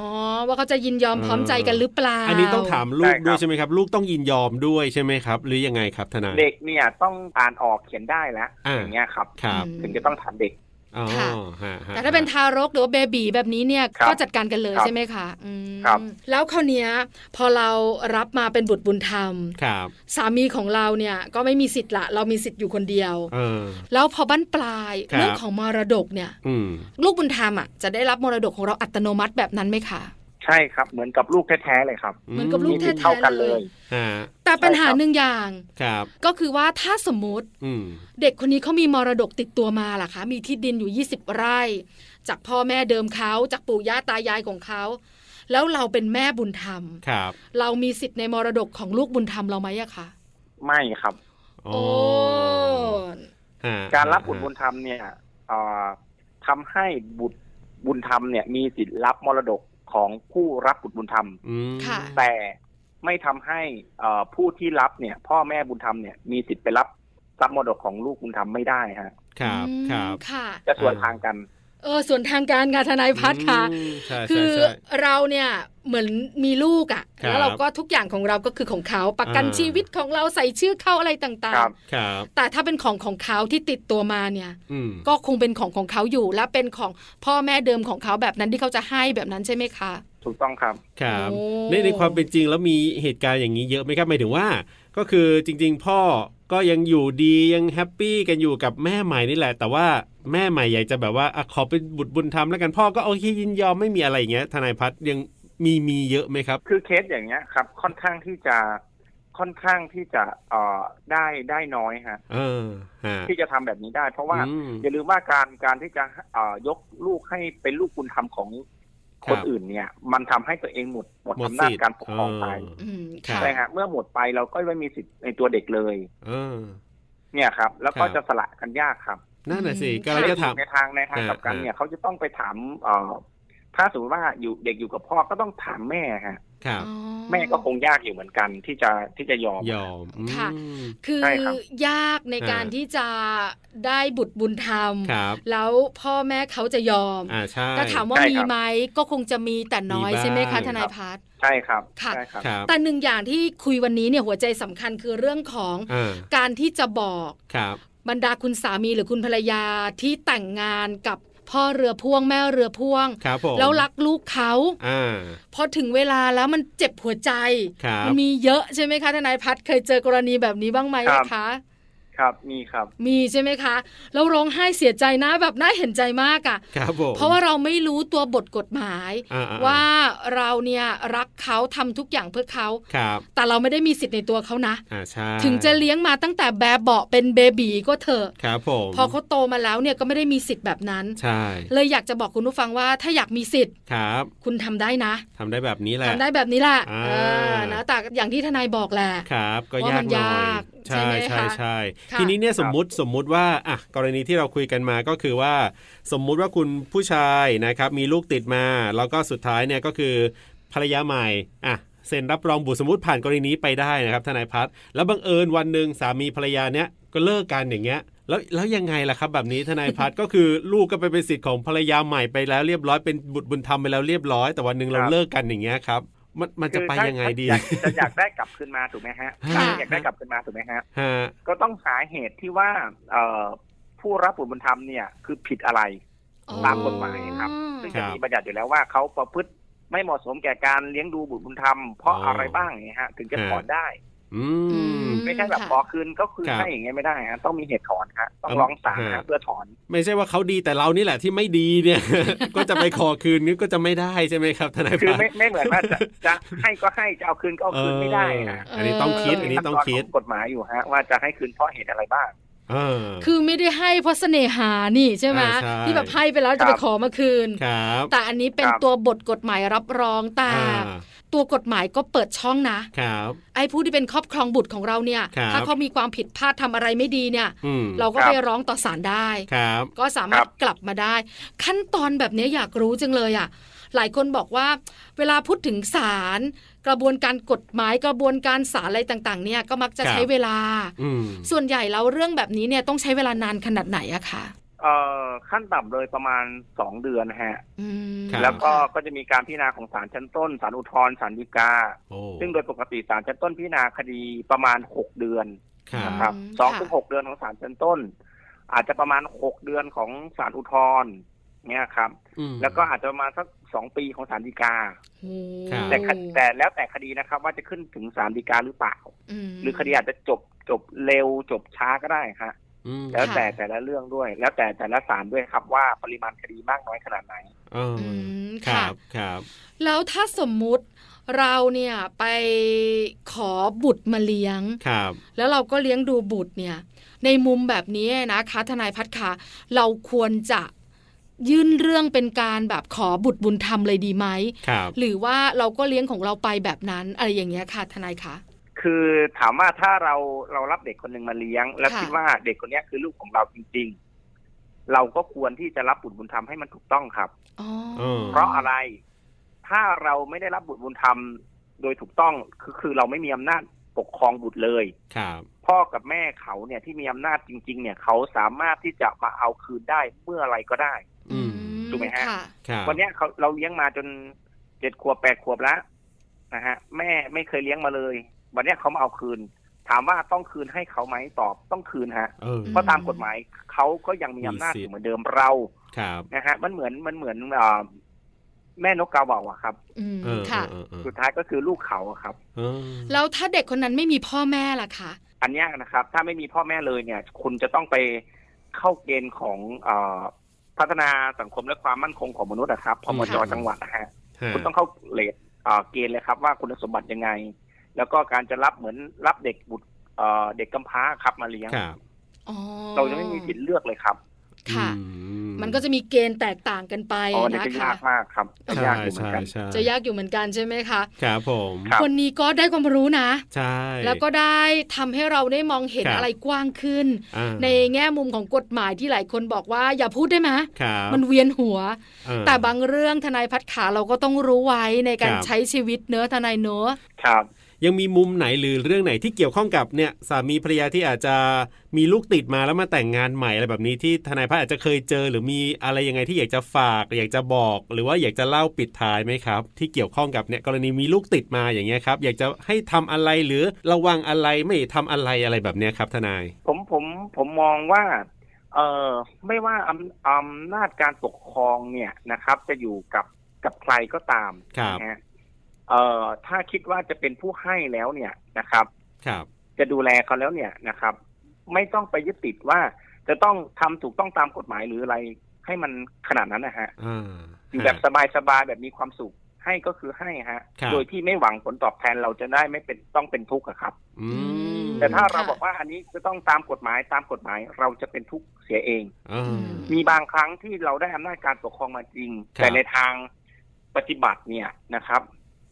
[SPEAKER 1] ว่าเขาจะยินยอมพร้อมใจกันหรือเปล่า
[SPEAKER 2] อันนี้ต้องถามลูก
[SPEAKER 5] ใช่ครับ
[SPEAKER 2] ด้วยใช่ไหมครับ ลูกต้องยินยอมด้วยใช่ไหมครับ หรือยังไงครับทนาย
[SPEAKER 5] เด็กเนี่ยต้องอ่านออกเขียนได้แล้ว
[SPEAKER 2] อ่า
[SPEAKER 5] อย่างเงี้ยครับ
[SPEAKER 2] ครับ
[SPEAKER 1] อืม
[SPEAKER 5] ถึงจะต้องถามเด็ก
[SPEAKER 2] อ๋อ
[SPEAKER 1] ค่ะ
[SPEAKER 2] ฮะฮะ
[SPEAKER 1] แต่ถ้าเป็นทารกหรือว่าเบบีแบบนี้เนี่ย
[SPEAKER 5] ครับ
[SPEAKER 1] ก็จัดการกันเลย
[SPEAKER 5] ครับ
[SPEAKER 1] ใช่ไหมคะอืม
[SPEAKER 5] ครับ
[SPEAKER 1] แล้วคราวเนี้ยพอเรารับมาเป็นบุตรบุญธรรม
[SPEAKER 2] ครับ
[SPEAKER 1] สามีของเราเนี่ยก็ไม่มีสิทธิ์ละเรามีสิทธิ์อยู่คนเดียว
[SPEAKER 2] เออ
[SPEAKER 1] แล้วพอบั้นปลาย
[SPEAKER 2] ครับ
[SPEAKER 1] เรื่องของมรดกเนี่ย
[SPEAKER 2] อืม
[SPEAKER 1] ลูกบุญธรรมอ่ะจะได้รับมรดกของเราอัตโนมัติแบบนั้นไหมคะ
[SPEAKER 5] ใช่ครับ เหมือนกับลูกแท้ๆเลยครับ
[SPEAKER 1] เหมือนกับลูก
[SPEAKER 5] มีสิทธิ์เท่ากันเลย
[SPEAKER 2] ฮะ
[SPEAKER 1] แต่ปัญหา
[SPEAKER 5] ใช่ครับ
[SPEAKER 1] หนึ่งอย่าง
[SPEAKER 2] ครับ
[SPEAKER 1] ก็คือว่าถ้าสมมติ
[SPEAKER 2] อืม
[SPEAKER 1] เด็กคนนี้เขามีมรดกติดตัวมาล่ะคะ มีที่ดินอยู่ 20 ไร่ จากพ่อแม่เดิมเขาจากปู่ย่าตายายของเขา แล้วเราเป็นแม่บุญธรรม
[SPEAKER 2] ครับ
[SPEAKER 1] เรามีสิทธิ์ในมรดกของลูกบุญธรรมเราไหมอะคะ
[SPEAKER 5] ไม่ครับ
[SPEAKER 2] โอ้ฮะ
[SPEAKER 5] การรับบุตร
[SPEAKER 2] ฮะ
[SPEAKER 5] บุญธรรมเนี่ยเอ่อทำให้บุตรบุญธรรมเนี่ยมีสิทธิ์รับมรดกของผู้รับบุตรบุญธรรม
[SPEAKER 2] อืม
[SPEAKER 1] ค่ะ
[SPEAKER 5] แต่ไม่ทำให้เอ่อผู้ที่รับเนี่ย พ่อแม่บุญธรรมเนี่ยมีสิทธิ์ไปรับทรัพย์มรดกของลูกบุญธรรมไม่ได้ฮะ
[SPEAKER 2] ครับ
[SPEAKER 1] อืม
[SPEAKER 2] ครับ
[SPEAKER 1] ค่ะ
[SPEAKER 5] จะสวนทางกัน
[SPEAKER 1] เออส่วนทางการค่ะทนายพัฒน์ค่ะ
[SPEAKER 2] อืมใช่
[SPEAKER 1] คื
[SPEAKER 2] ใช่
[SPEAKER 1] อ
[SPEAKER 2] ใช่
[SPEAKER 1] เราเนี่ยเหมือนมีลูกอะ่ะ
[SPEAKER 2] ครับ
[SPEAKER 1] แล้วเราก็ทุกอย่างของเราก็คือของเขาประกัน
[SPEAKER 2] อ่า
[SPEAKER 1] ชีวิตของเราใส่ชื่อเข้าอะไรต่า
[SPEAKER 5] ค
[SPEAKER 1] ง
[SPEAKER 5] รับ
[SPEAKER 2] ครับ
[SPEAKER 1] ๆ แต่ถ้าเป็นของของเขาที่ติดตัวมาเนี่ย
[SPEAKER 2] อืม
[SPEAKER 1] ก็คงเป็นของของเขาอยู่และเป็นของพ่อแม่เดิมของเขาแบบนั้นที่เขาจะให้แบบนั้นใช่ไหมคะ
[SPEAKER 5] ถูกต้องครับ
[SPEAKER 2] ครับ
[SPEAKER 1] โอ้
[SPEAKER 2] ในในความเป็นจริงแล้วมีเหตุการณ์อย่างนี้เยอะไหมครับหมายถึงว่า ก็คือจริง ๆ พ่อก็ยังอยู่ดียังแฮปปี้กันอยู่กับแม่ใหม่นี่แหละ แต่ว่าแม่ใหม่อยากจะแบบว่าอะขอเป็นบุตรบุญธรรมแล้วกันพ่อก็โอเคยินยอมไม่มีอะไรอย่างเงี้ยทนายพัฒน์ยังมีมีเยอะไหมครับ
[SPEAKER 5] คือเคสอย่างเงี้ยครับ ค่อนข้างที่จะค่อนข้างที่จะเอ่อได้ได้น้อยฮะ
[SPEAKER 2] เออฮะ
[SPEAKER 5] ที่จะทำแบบนี้ได้ เพราะว่า
[SPEAKER 2] อืม
[SPEAKER 5] อย่าลืมว่าการการที่จะเอ่อยกลูกให้เป็นลูกคุณธรรมของ
[SPEAKER 2] ค
[SPEAKER 5] ครับ นอื่นเนี่ย มันทำให้ตัวเองหมดหมด
[SPEAKER 2] หมด
[SPEAKER 5] อำนาจ
[SPEAKER 2] สิทธิ์
[SPEAKER 5] การปกครองไป
[SPEAKER 1] อืม
[SPEAKER 2] ครั
[SPEAKER 1] ค่ะ
[SPEAKER 2] บ
[SPEAKER 5] ใช่ฮะเมื่อหมดไปเราก็ไม่มีสิทธิ์ในตัวเด็กเลย
[SPEAKER 2] เออ
[SPEAKER 5] เนี่ยครับ แล้ว
[SPEAKER 2] ครั
[SPEAKER 5] ก็
[SPEAKER 2] บ
[SPEAKER 5] จะสละกันยากครับ
[SPEAKER 2] นั่นน่ะสิ
[SPEAKER 1] อืม
[SPEAKER 2] กำลังจะถาม
[SPEAKER 5] ในทางในทาง
[SPEAKER 2] อ่าก
[SPEAKER 5] ลับกัน
[SPEAKER 2] อ่า
[SPEAKER 5] เนี่ยเขาจะต้องไปถามเอ่อถ้าสมมติว่าอยู่เด็กอยู่กับพ่อก็ต้องถามแม่ฮะ
[SPEAKER 2] ครับ
[SPEAKER 1] อ๋อ
[SPEAKER 5] แม่ก็คงยากอยู่เหมือนกันที่จะที่จะยอม
[SPEAKER 2] ยอมอืม
[SPEAKER 1] ค่ะ คือ
[SPEAKER 5] ใช่ครับ
[SPEAKER 1] ยากในการ
[SPEAKER 2] อ่า
[SPEAKER 1] ที่จะได้บุตรบุญธรรม
[SPEAKER 2] ครับ
[SPEAKER 1] แล้วพ่อแม่เขาจะยอม
[SPEAKER 2] อ่าใช่
[SPEAKER 1] แต่ถามว่า
[SPEAKER 5] ใช่
[SPEAKER 1] มี
[SPEAKER 5] ครับ
[SPEAKER 1] ไหมก็คงจะมีแต่น้อย
[SPEAKER 2] มีบ้าง
[SPEAKER 1] ใช่ไหมคะทนายพัฒน์
[SPEAKER 5] ใช่ครับ
[SPEAKER 1] ค่ะ
[SPEAKER 5] ใช่ครับ
[SPEAKER 2] ครับ
[SPEAKER 1] แต่หนึ่งอย่างที่คุยวันนี้เนี่ยหัวใจสำคัญคือเรื่องของ
[SPEAKER 2] อ่า
[SPEAKER 1] การที่จะบอก
[SPEAKER 2] ครับ
[SPEAKER 1] บรรดาคุณสามีหรือคุณภรรยาที่แต่งงานกับพ่อเรือพ่วงแม่เรือพ่วง
[SPEAKER 2] ครับผม
[SPEAKER 1] แล้วรักลูกเขา
[SPEAKER 2] อ่า
[SPEAKER 1] พอถึงเวลาแล้วมันเจ็บหัวใจ
[SPEAKER 2] ครับ
[SPEAKER 1] มัมีเยอะใช่ไหมคะทนายพัฒน์เคยเจอกรณีแบบนี้บ้างไหม
[SPEAKER 5] ครับ
[SPEAKER 1] นะคะ
[SPEAKER 5] ครับมีครับ
[SPEAKER 1] มีใช่ไหมคะ แล้วร้องไห้เสียใจนะแบบน่าเห็นใจมากอะ่ะ
[SPEAKER 2] ครับผม
[SPEAKER 1] เพราะว่าเราไม่รู้ตัวบทกฎหมาย
[SPEAKER 2] อ่อ่
[SPEAKER 1] ว่าเราเนี่ยรักเขาทำทุกอย่างเพื่อเขา
[SPEAKER 2] ครับ
[SPEAKER 1] แต่เราไม่ได้มีสิทธิ์ในตัวเขานะ
[SPEAKER 2] อ่าใช่
[SPEAKER 1] ถึงจะเลี้ยงมาตั้งแต่แบบเบาะเป็นเบบีก็เถอะ
[SPEAKER 2] ครับผม
[SPEAKER 1] พอเขาโตมาแล้วเนี่ยก็ไม่ได้มีสิทธิ์แบบนั้น
[SPEAKER 2] ใช่
[SPEAKER 1] เลยอยากจะบอกคุณผู้ฟังว่าถ้าอยากมีสิทธิ์
[SPEAKER 2] ครับ
[SPEAKER 1] คุณทำได้นะ
[SPEAKER 2] ทำได้แบบนี้แหละ
[SPEAKER 1] ทำได้แบบนี้แหละ
[SPEAKER 2] อ่า
[SPEAKER 1] เออนะแต่อย่างที่ทนายบอกแหละ
[SPEAKER 2] ครับ
[SPEAKER 1] ว่าย
[SPEAKER 2] ก็าก
[SPEAKER 1] มัน
[SPEAKER 2] หน่อย
[SPEAKER 1] าย ก
[SPEAKER 2] ใช่
[SPEAKER 1] ใช่
[SPEAKER 2] ใช่
[SPEAKER 1] ไหมคะ
[SPEAKER 2] ใช่
[SPEAKER 1] ค่ะ
[SPEAKER 2] ทีนี้เนี่ยสมมติสมมุติว่าอ่ะกรณีที่เราคุยกันมาก็คือว่า สมมุติว่าคุณผู้ชายนะครับมีลูกติดมา แล้วก็สุดท้ายเนี่ยก็คือภรรยาใหม่อ่ะเซ็นรับรองบุตรสมมติผ่านกรณีนี้ไปได้นะครับทนายพัฒน์แล้วบังเอิญวันหนึ่งสามีภรรยาเนี่ยก็เลิกกันอย่างเงี้ย แล้วแล้วยังไงล่ะครับแบบนี้ทนายพัฒน์ ก็คือลูกก็ไปเป็นสิทธิ์ของภรรยาใหม่ไปแล้วเรียบร้อยเป็นบุตรบุญธรรมไปแล้วเรียบร้อยแต่วันหนึ่งเรา
[SPEAKER 5] ครับ
[SPEAKER 2] เลิกกันอย่างเงี้ยครับมันมันจะไป
[SPEAKER 5] คือถ้า
[SPEAKER 2] ยังไงดี
[SPEAKER 5] อยากจะอยากได้กลับคืนมาถูกไหมฮะ
[SPEAKER 1] ค่ะ
[SPEAKER 5] อยากได้กลับคืนมาถูกไหมฮะ
[SPEAKER 2] ฮะ
[SPEAKER 5] ก็ต้องหาเหตุที่ว่าเอ่อผู้รับบุตรบุญธรรมเนี่ยคือผิดอะไร
[SPEAKER 1] อ๋อ
[SPEAKER 5] ตามกฎหมายครับ ซึ่งจะมีบัญญัติอยู่แล้วว่าเขาประพฤติไม่เหมาะสมแก่การเลี้ยงดูบุตรบุญธรรมเพราะอะไรบ้างเนี่ยฮะ ถึงจะถอนได้
[SPEAKER 2] อืม
[SPEAKER 5] ไม่ใช่แบบ
[SPEAKER 1] ค่ะ
[SPEAKER 5] ขอคืนก็คืน
[SPEAKER 2] ครับ
[SPEAKER 5] ให้อย่างเงี้ยไม่ได้ฮะต้องมีเหตุถอนฮะต้อง
[SPEAKER 2] อืม
[SPEAKER 5] ร้องศาลฮะ
[SPEAKER 2] ฮะ
[SPEAKER 5] เพื่อถอน
[SPEAKER 2] ไม่ใช่ว่าเขาดีแต่เรานี่แหละที่ไม่ดีเนี่ย ก็จะไปขอคืนนี่ก็จะไม่ได้ใช่ไหมครับทนาย
[SPEAKER 5] คือ
[SPEAKER 2] พัฒ
[SPEAKER 5] ไม่
[SPEAKER 2] น์
[SPEAKER 5] ไม่เหมือนว่าจะจะให้ก็ให้จะเอาคืนก็เอาคืนไม่ได้
[SPEAKER 2] เอ
[SPEAKER 5] นะ
[SPEAKER 2] ออันนี้ต้องคิดอันนี้ต้องคิด
[SPEAKER 5] มีขั้นตนขกฎหมายอยู่ฮะว่าจะให้คืนเพราะเหตุอะไรบ้าง
[SPEAKER 2] เออ
[SPEAKER 1] คือไม่ได้ให้เพราะเสน่หานี่ใช่ไหม
[SPEAKER 2] อ่าใช่
[SPEAKER 1] ที่แบบให้ไปแล้วจะไปขอมาคืน
[SPEAKER 2] ครับ
[SPEAKER 1] แต่อันนี้เป็น
[SPEAKER 5] ครับ
[SPEAKER 1] ตัวบทกฎหมายรับรองแต่
[SPEAKER 2] อ่า
[SPEAKER 1] ตัวกฎหมายก็เปิดช่องนะครับ ไอ้ผู้ที่เป็นครอบครองบุตรของเราเนี่ย
[SPEAKER 2] ครับ
[SPEAKER 1] ถ้าเขามีความผิดพลาดทำอะไรไม่ดีเนี่ย
[SPEAKER 2] อืม
[SPEAKER 1] เราก็
[SPEAKER 5] ครับ
[SPEAKER 1] ไปร้องต่อศาลได้
[SPEAKER 2] ครับ
[SPEAKER 1] ก็สามารถ
[SPEAKER 5] ครับ
[SPEAKER 1] กลับมาได้ ขั้นตอนแบบนี้อยากรู้จังเลยอ่ะ หลายคนบอกว่า เวลาพูดถึงศาลกระบวนการกฎหมายกระบวนการศาลอะไรต่างๆ เนี่ยก็มักจะ
[SPEAKER 2] ครับ
[SPEAKER 1] ใช้เวลา
[SPEAKER 2] อืม
[SPEAKER 1] ส่วนใหญ่แล้วเรื่องแบบนี้เนี่ยต้องใช้เวลานานขนาดไหนอะคะ
[SPEAKER 5] เอ่อขั้นต่ำเลยประมาณสองเดือนฮะ
[SPEAKER 1] อืม
[SPEAKER 2] ครับ
[SPEAKER 5] แล้วก็ก็จะมีการพิจารณาของศาลชั้นต้นศาลอุทธรณ์ศาลฎีกา
[SPEAKER 2] โอ้
[SPEAKER 5] ซึ่งโดยปกติศาลชั้นต้นพิจารณาคดีประมาณหกเดือน
[SPEAKER 2] ครั
[SPEAKER 1] ะ
[SPEAKER 5] นะครับ บ
[SPEAKER 1] อืม
[SPEAKER 5] สอง
[SPEAKER 1] ค่ะ
[SPEAKER 5] ถึงหกเดือนของศาลชั้นต้น อาจจะประมาณหกเดือนของศาลอุทธรณ์เนี่ยครับ
[SPEAKER 2] อืม
[SPEAKER 5] แล้วก็อาจจะประมาณสักสองปีของศาลฎีกา
[SPEAKER 1] โอ้
[SPEAKER 2] ครับ
[SPEAKER 5] แต่คดีแต่แล้วแต่คดีนะครับ ว่าจะขึ้นถึงศาลฎีกาหรือเปล่า
[SPEAKER 1] ม
[SPEAKER 5] หรือคดีอาจจะจบจบเร็วจบช้าก็ได้ฮะ
[SPEAKER 2] อืม
[SPEAKER 5] แล้วแต่
[SPEAKER 1] ค่ะ
[SPEAKER 5] แต่ละเรื่องด้วย แล้วแต่แต่ละศาลด้วยครับว่าปริมาณคดีมากน้อยขนาดไหน
[SPEAKER 2] เอออ
[SPEAKER 1] อืม
[SPEAKER 2] ค
[SPEAKER 1] ค่ะ
[SPEAKER 2] รับครับ
[SPEAKER 1] แล้วถ้าสมมุติเราเนี่ยไปขอบุตรมาเลี้ยง
[SPEAKER 2] ครับ
[SPEAKER 1] แล้วเราก็เลี้ยงดูบุตรเนี่ย ในมุมแบบนี้นะคะทนายพัฒน์คะเราควรจะยื่นเรื่องเป็นการแบบขอบุตรบุญธรรมเลยดีไหม
[SPEAKER 2] ครับ
[SPEAKER 1] หรือว่าเราก็เลี้ยงของเราไปแบบนั้น อะไรอย่างเงี้ยค่ะทนายคะ
[SPEAKER 5] คือถามว่าถ้าเราเรารับเด็กคนหนึ่งมาเลี้ยง แล้ว
[SPEAKER 1] ค่ะ
[SPEAKER 5] คิดว่าเด็กคนเนี้ยคือลูกของเราจริง ๆ เราก็ควรที่จะรับบุตรบุญธรรมให้มันถูกต้องครับ
[SPEAKER 1] อ๋อ
[SPEAKER 2] เออ
[SPEAKER 5] เพราะอะไร ถ้าเราไม่ได้รับบุตรบุญธรรมโดยถูกต้องคือคือเราไม่มีอำนาจ ปกครองบุตรเลย
[SPEAKER 2] ครับ
[SPEAKER 5] พ่อกับแม่เขาเนี่ยที่มีอำนาจจริง ๆ เนี่ยเขาสามารถที่จะมาเอาคืนได้เมื่อไหรก็ได้
[SPEAKER 2] อืม
[SPEAKER 5] ถูกไหมฮะ
[SPEAKER 1] ค่ะ
[SPEAKER 2] ครับ
[SPEAKER 5] วันเนี้ยเขาเราเลี้ยงมาจนเจ็ดขวบแปดขวบแล้วนะฮะ แม่ไม่เคยเลี้ยงมาเลย วันเนี้ยเขามาเอาคืน ถามว่าต้องคืนให้เขาไหมตอบต้องคืนฮะ
[SPEAKER 2] เออ
[SPEAKER 5] เพราะตามกฎหมายเขาก็ยังมีอำนาจ
[SPEAKER 2] มีสิทธิ์
[SPEAKER 5] อยู่เหมือนเดิมเรา
[SPEAKER 2] ครับ
[SPEAKER 5] นะฮะ มันเหมือนมันเหมือนเอ่อแม่นกกาเหว่าอะครับ
[SPEAKER 1] อืม
[SPEAKER 2] เออ
[SPEAKER 1] ค่ะ
[SPEAKER 2] เออเออ
[SPEAKER 5] สุดท้ายก็คือลูกเขาอะครับ
[SPEAKER 2] เออ
[SPEAKER 1] แล้วถ้าเด็กคนนั้นไม่มีพ่อแม่ล่ะคะ
[SPEAKER 5] อันเนี้ยนะครับ ถ้าไม่มีพ่อแม่เลยเนี่ย คุณจะต้องไปเข้าเกณฑ์ของเออพัฒนาสังคมและความมั่นคงของมนุษย์นะครับพมจจังหวัดนะฮะ
[SPEAKER 2] ฮะ
[SPEAKER 5] คุณต้องเข้าเลทเอ่อเกณฑ์เลยครับว่าคุณสมบัติยังไง แล้วก็การจะรับเหมือนรับเด็กบุตรเอ่อเด็กกำพร้าครับมาเลี้ยง
[SPEAKER 2] ครับ
[SPEAKER 1] อ๋อ
[SPEAKER 5] เราจะไม่มีสิทธิ์เลือกเลยครับ
[SPEAKER 1] ค่ะ
[SPEAKER 2] อื
[SPEAKER 1] มันก็จะมีเกณฑ์แตกต่างกันไป
[SPEAKER 5] อ๋อเนี่ย
[SPEAKER 1] นะ
[SPEAKER 5] จะ
[SPEAKER 1] คะ
[SPEAKER 5] ยากมากครับจะ
[SPEAKER 2] ใช่
[SPEAKER 5] ยากอยู่เหมือ
[SPEAKER 2] ใช่
[SPEAKER 5] นกัน
[SPEAKER 2] ใช่
[SPEAKER 1] จะยากอยู่เหมือนกันใช่ไหมคะ
[SPEAKER 2] ครับผม
[SPEAKER 5] ครับ
[SPEAKER 1] วันนี้ก็ได้ความรู้นะ
[SPEAKER 2] ใช่
[SPEAKER 1] แล้วก็ได้ทำให้เราได้มองเห็น
[SPEAKER 2] ครับ
[SPEAKER 1] อะไรกว้างขึ้น
[SPEAKER 2] อ่า
[SPEAKER 1] ในแง่มุมของกฎหมายที่หลายคนบอกว่า อย่าพูดได้ไหม
[SPEAKER 2] ครับ
[SPEAKER 1] มันเวียนหัว
[SPEAKER 2] เออ
[SPEAKER 1] แต่บางเรื่องทนายพัดขาเราก็ต้องรู้ไว้ในการ
[SPEAKER 2] ครับ
[SPEAKER 1] ใช้ชีวิตเนื้อะทนายเนื้อะ
[SPEAKER 5] ครับ
[SPEAKER 2] ยังมีมุมไหนหรือเรื่องไหนที่เกี่ยวข้องกับเนี่ยสามีภรรยาที่อาจจะมีลูกติดมาแล้วมาแต่งงานใหม่อะไรแบบนี้ที่ทนายพัฒน์อาจจะเคยเจอ หรือมีอะไรยังไงที่อยากจะฝาก อยากจะบอก หรือว่าอยากจะเล่าปิดท้ายไหมครับ ที่เกี่ยวข้องกับเนี่ยกรณีมีลูกติดมาอย่างเงี้ยครับ อยากจะให้ทำอะไรหรือระวังอะไรไม่ทำอะไรอะไรแบบเนี้ยครับ ทนาย
[SPEAKER 5] ผมผมผมมองว่า เออไม่ว่าอำอำนาจการปกครองเนี่ยนะครับ จะอยู่กับกับใครก็ตาม
[SPEAKER 2] ครับ
[SPEAKER 5] นะฮะเอ่อถ้าคิดว่าจะเป็นผู้ให้แล้วเนี่ยนะครับ
[SPEAKER 2] ครับ
[SPEAKER 5] จะดูแลเขาแล้วเนี่ยนะครับ ไม่ต้องไปยึดติดว่า จะต้องทำถูกต้องตามกฎหมายหรืออะไร ให้มันขนาดนั้นนะฮะ
[SPEAKER 2] อ่า
[SPEAKER 5] อยู่แบบสบายๆแบบมีความสุขให้ก็คือให้ฮะ
[SPEAKER 2] ครับ
[SPEAKER 5] โดยที่ไม่หวังผลตอบแทนเราจะได้ไม่เป็นต้องเป็นทุกข์อะครับ
[SPEAKER 2] อืม
[SPEAKER 5] แต่ถ้าเราบอกว่าอันนี้จะต้องตามกฎหมายตามกฎหมายเราจะเป็นทุกข์เสียเอง
[SPEAKER 2] อ่า
[SPEAKER 5] มีบางครั้งที่เราได้อำนาจการปกครองมาจริง
[SPEAKER 2] ครับ
[SPEAKER 5] แต่ในทางปฏิบัติเนี่ยนะครับ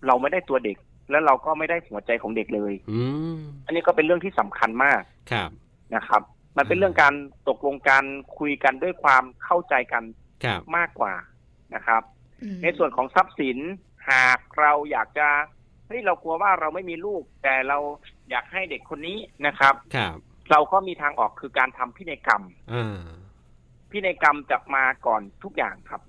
[SPEAKER 5] เราไม่ได้ตัวเด็ก และเราก็ไม่ได้หัวใจของเด็กเลย
[SPEAKER 2] อืม
[SPEAKER 5] อันนี้ก็เป็นเรื่องที่สำคัญมาก
[SPEAKER 2] ครับ
[SPEAKER 5] นะครับ มันเป็น
[SPEAKER 2] อืม
[SPEAKER 5] เรื่องการตกลงการคุยกันด้วยความเข้าใจกัน
[SPEAKER 2] ครับ
[SPEAKER 5] มากกว่านะครับ
[SPEAKER 1] อืม
[SPEAKER 5] ในส่วนของทรัพย์สินหากเราอยากจะเฮ้ยเรากลัวว่าเราไม่มีลูก แต่เราอยากให้เด็กคนนี้นะครับ
[SPEAKER 2] ครับ
[SPEAKER 5] เราก็มีทางออกคือการทำพินัยกรรม
[SPEAKER 2] อ่า
[SPEAKER 5] พินัยกรรมจะมาก่อนทุกอย่างครับ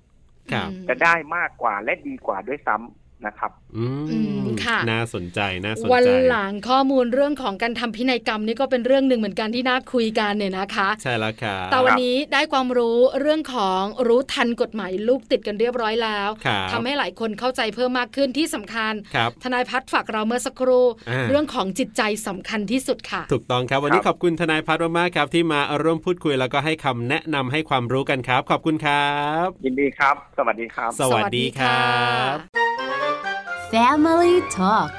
[SPEAKER 2] ครับ
[SPEAKER 1] อืม
[SPEAKER 5] จะได้มากกว่าและดีกว่าด้วยซ้ำนะครับ
[SPEAKER 2] อื
[SPEAKER 1] อื
[SPEAKER 2] ม
[SPEAKER 1] มค่ะ
[SPEAKER 2] น่าสนใจน่าสนใจ
[SPEAKER 1] วันหลังข้อมูลเรื่องของการทำพินัยกรรมนี่ก็เป็นเรื่องหนึ่งเหมือนกันที่น่าคุยกันเนี่ยนะคะ
[SPEAKER 2] ใช่แล้วครับ
[SPEAKER 1] แต่วันนี้ได้ความรู้เรื่องของรู้ทันกฎหมายลูกติดกันเรียบร้อยแล้ว
[SPEAKER 2] ครับ
[SPEAKER 1] ทำให้หลายคนเข้าใจเพิ่มมากขึ้นที่สำคัญ
[SPEAKER 2] ครับ
[SPEAKER 1] ทนายพัฒน์ฝากเราเมื่อสักครู่
[SPEAKER 2] อ่า
[SPEAKER 1] เรื่องของจิตใจสำคัญที่สุดค่ะ
[SPEAKER 2] ถูกต้องครับ วันนี้
[SPEAKER 5] ครับ
[SPEAKER 2] ขอบคุณทนายพัฒน์มากๆครับ ที่มาร่วมพูดคุยแล้วก็ให้คำแนะนำให้ความรู้กันครับ ขอบคุณครับ
[SPEAKER 5] ยินดีครับ สวัสดีครับ
[SPEAKER 2] สวัสดีครับ
[SPEAKER 4] Family Talk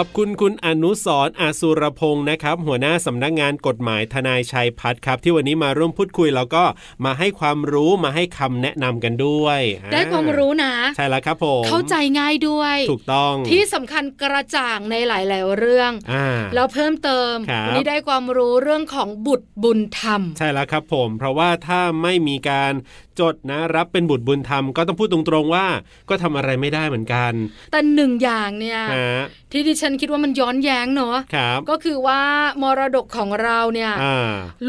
[SPEAKER 2] ขอบคุณคุณอนุสรณ์อาสุรพงศ์นะครับ หัวหน้าสำนักงานกฎหมายทนายชัยพัฒน์ครับ ที่วันนี้มาร่วมพูดคุยแล้วก็มาให้ความรู้มาให้คำแนะนำกันด้วย
[SPEAKER 1] ได้ความรู้นะ
[SPEAKER 2] ใช่แล้วครับผม
[SPEAKER 1] เข้าใจง่ายด้วย
[SPEAKER 2] ถูกต้อง
[SPEAKER 1] ที่สำคัญกระจ่างในหลาย ๆ เรื่อง
[SPEAKER 2] อ่า
[SPEAKER 1] แล้วเพิ่มเติม
[SPEAKER 2] ครับ
[SPEAKER 1] วันนี้ได้ความรู้เรื่องของบุตรบุญธรรม
[SPEAKER 2] ใช่แล้วครับผมเพราะว่าถ้าไม่มีการจดนะรับเป็นบุตรบุญธรรมก็ต้องพูดตรงๆว่าก็ทำอะไรไม่ได้เหมือนกัน
[SPEAKER 1] แต่หนึ่งอย่างเนี่ย
[SPEAKER 2] ฮะ
[SPEAKER 1] ที่ดิฉันคิดว่ามันย้อนแย้งเนอะ
[SPEAKER 2] ครับ
[SPEAKER 1] ก็คือว่ามรดกของเราเนี่ย
[SPEAKER 2] อ่า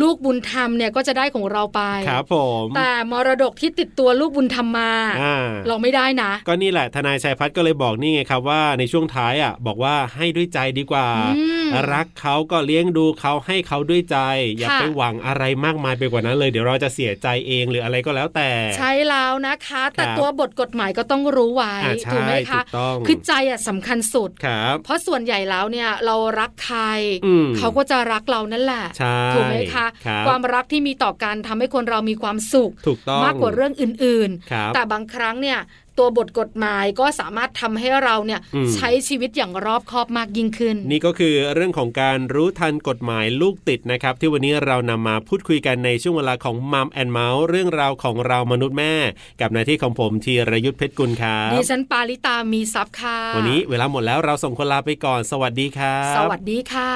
[SPEAKER 1] ลูกบุญธรรมเนี่ยก็จะได้ของเราไป
[SPEAKER 2] ครับผม
[SPEAKER 1] แต่มรดกที่ติดตัวลูกบุญธรรมมา
[SPEAKER 2] อ่า
[SPEAKER 1] เราไม่ได้นะ
[SPEAKER 2] ก็นี่แหละทนายชัยพัฒน์ก็เลยบอกนี่ไงครับว่าในช่วงท้ายอ่ะบอกว่าให้ด้วยใจดีกว่า
[SPEAKER 1] อืม
[SPEAKER 2] รักเขาก็เลี้ยงดูเขาให้เขาด้วยใจ อย่า
[SPEAKER 1] ค่ะ
[SPEAKER 2] ไปหวังอะไรมากมายไปกว่านั้นเลยเดี๋ยวเราจะเสียใจเองหรืออะไรก็แล้วแต่
[SPEAKER 1] ใช่แล้วนะคะ แต่
[SPEAKER 2] ครับ
[SPEAKER 1] ตัวบทกฎหมายก็ต้องรู้ไว้
[SPEAKER 2] อ่าใช่
[SPEAKER 1] ถูกไหม
[SPEAKER 2] ถู
[SPEAKER 1] คะ
[SPEAKER 2] กต้อง
[SPEAKER 1] คือใจอ่ะสำคัญสุด
[SPEAKER 2] ครับ
[SPEAKER 1] เพราะส่วนใหญ่แล้วเนี่ยเรารักใคร
[SPEAKER 2] อืม
[SPEAKER 1] เขาก็จะรักเรานั่นแหละ
[SPEAKER 2] ใช่
[SPEAKER 1] ถูกไหมคะ
[SPEAKER 2] รับ
[SPEAKER 1] ความรักที่มีต่อกันทำให้คนเรามีความสุข
[SPEAKER 2] ถูกต้อง
[SPEAKER 1] มากกว่าเรื่องอื่น
[SPEAKER 2] ครับ
[SPEAKER 1] ๆ แต่บางครั้งเนี่ยตัวบทกฎหมายก็สามารถทำให้เราเนี่ย
[SPEAKER 2] อืม
[SPEAKER 1] ใช้ชีวิตอย่างรอบคอบมากยิ่งขึ้น
[SPEAKER 2] นี่ก็คือเรื่องของการรู้ทันกฎหมายลูกติดนะครับ ที่วันนี้เรานำมาพูดคุยกันในช่วงเวลาของมัมแอนเมาส์เรื่องราวของเรามนุษย์แม่ กับหน้าที่ของผมธีรยุทธเพชรกุลครับ
[SPEAKER 1] ดิฉันปาริตามีซับค่ะ
[SPEAKER 2] วันนี้เวลาหมดแล้วเราส่งคนลาไปก่อน สวัสดีครับ
[SPEAKER 1] สวัสดีค่ะ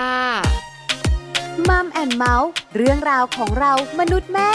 [SPEAKER 4] มัมแอนเมาส์เรื่องราวของเรามนุษย์แม่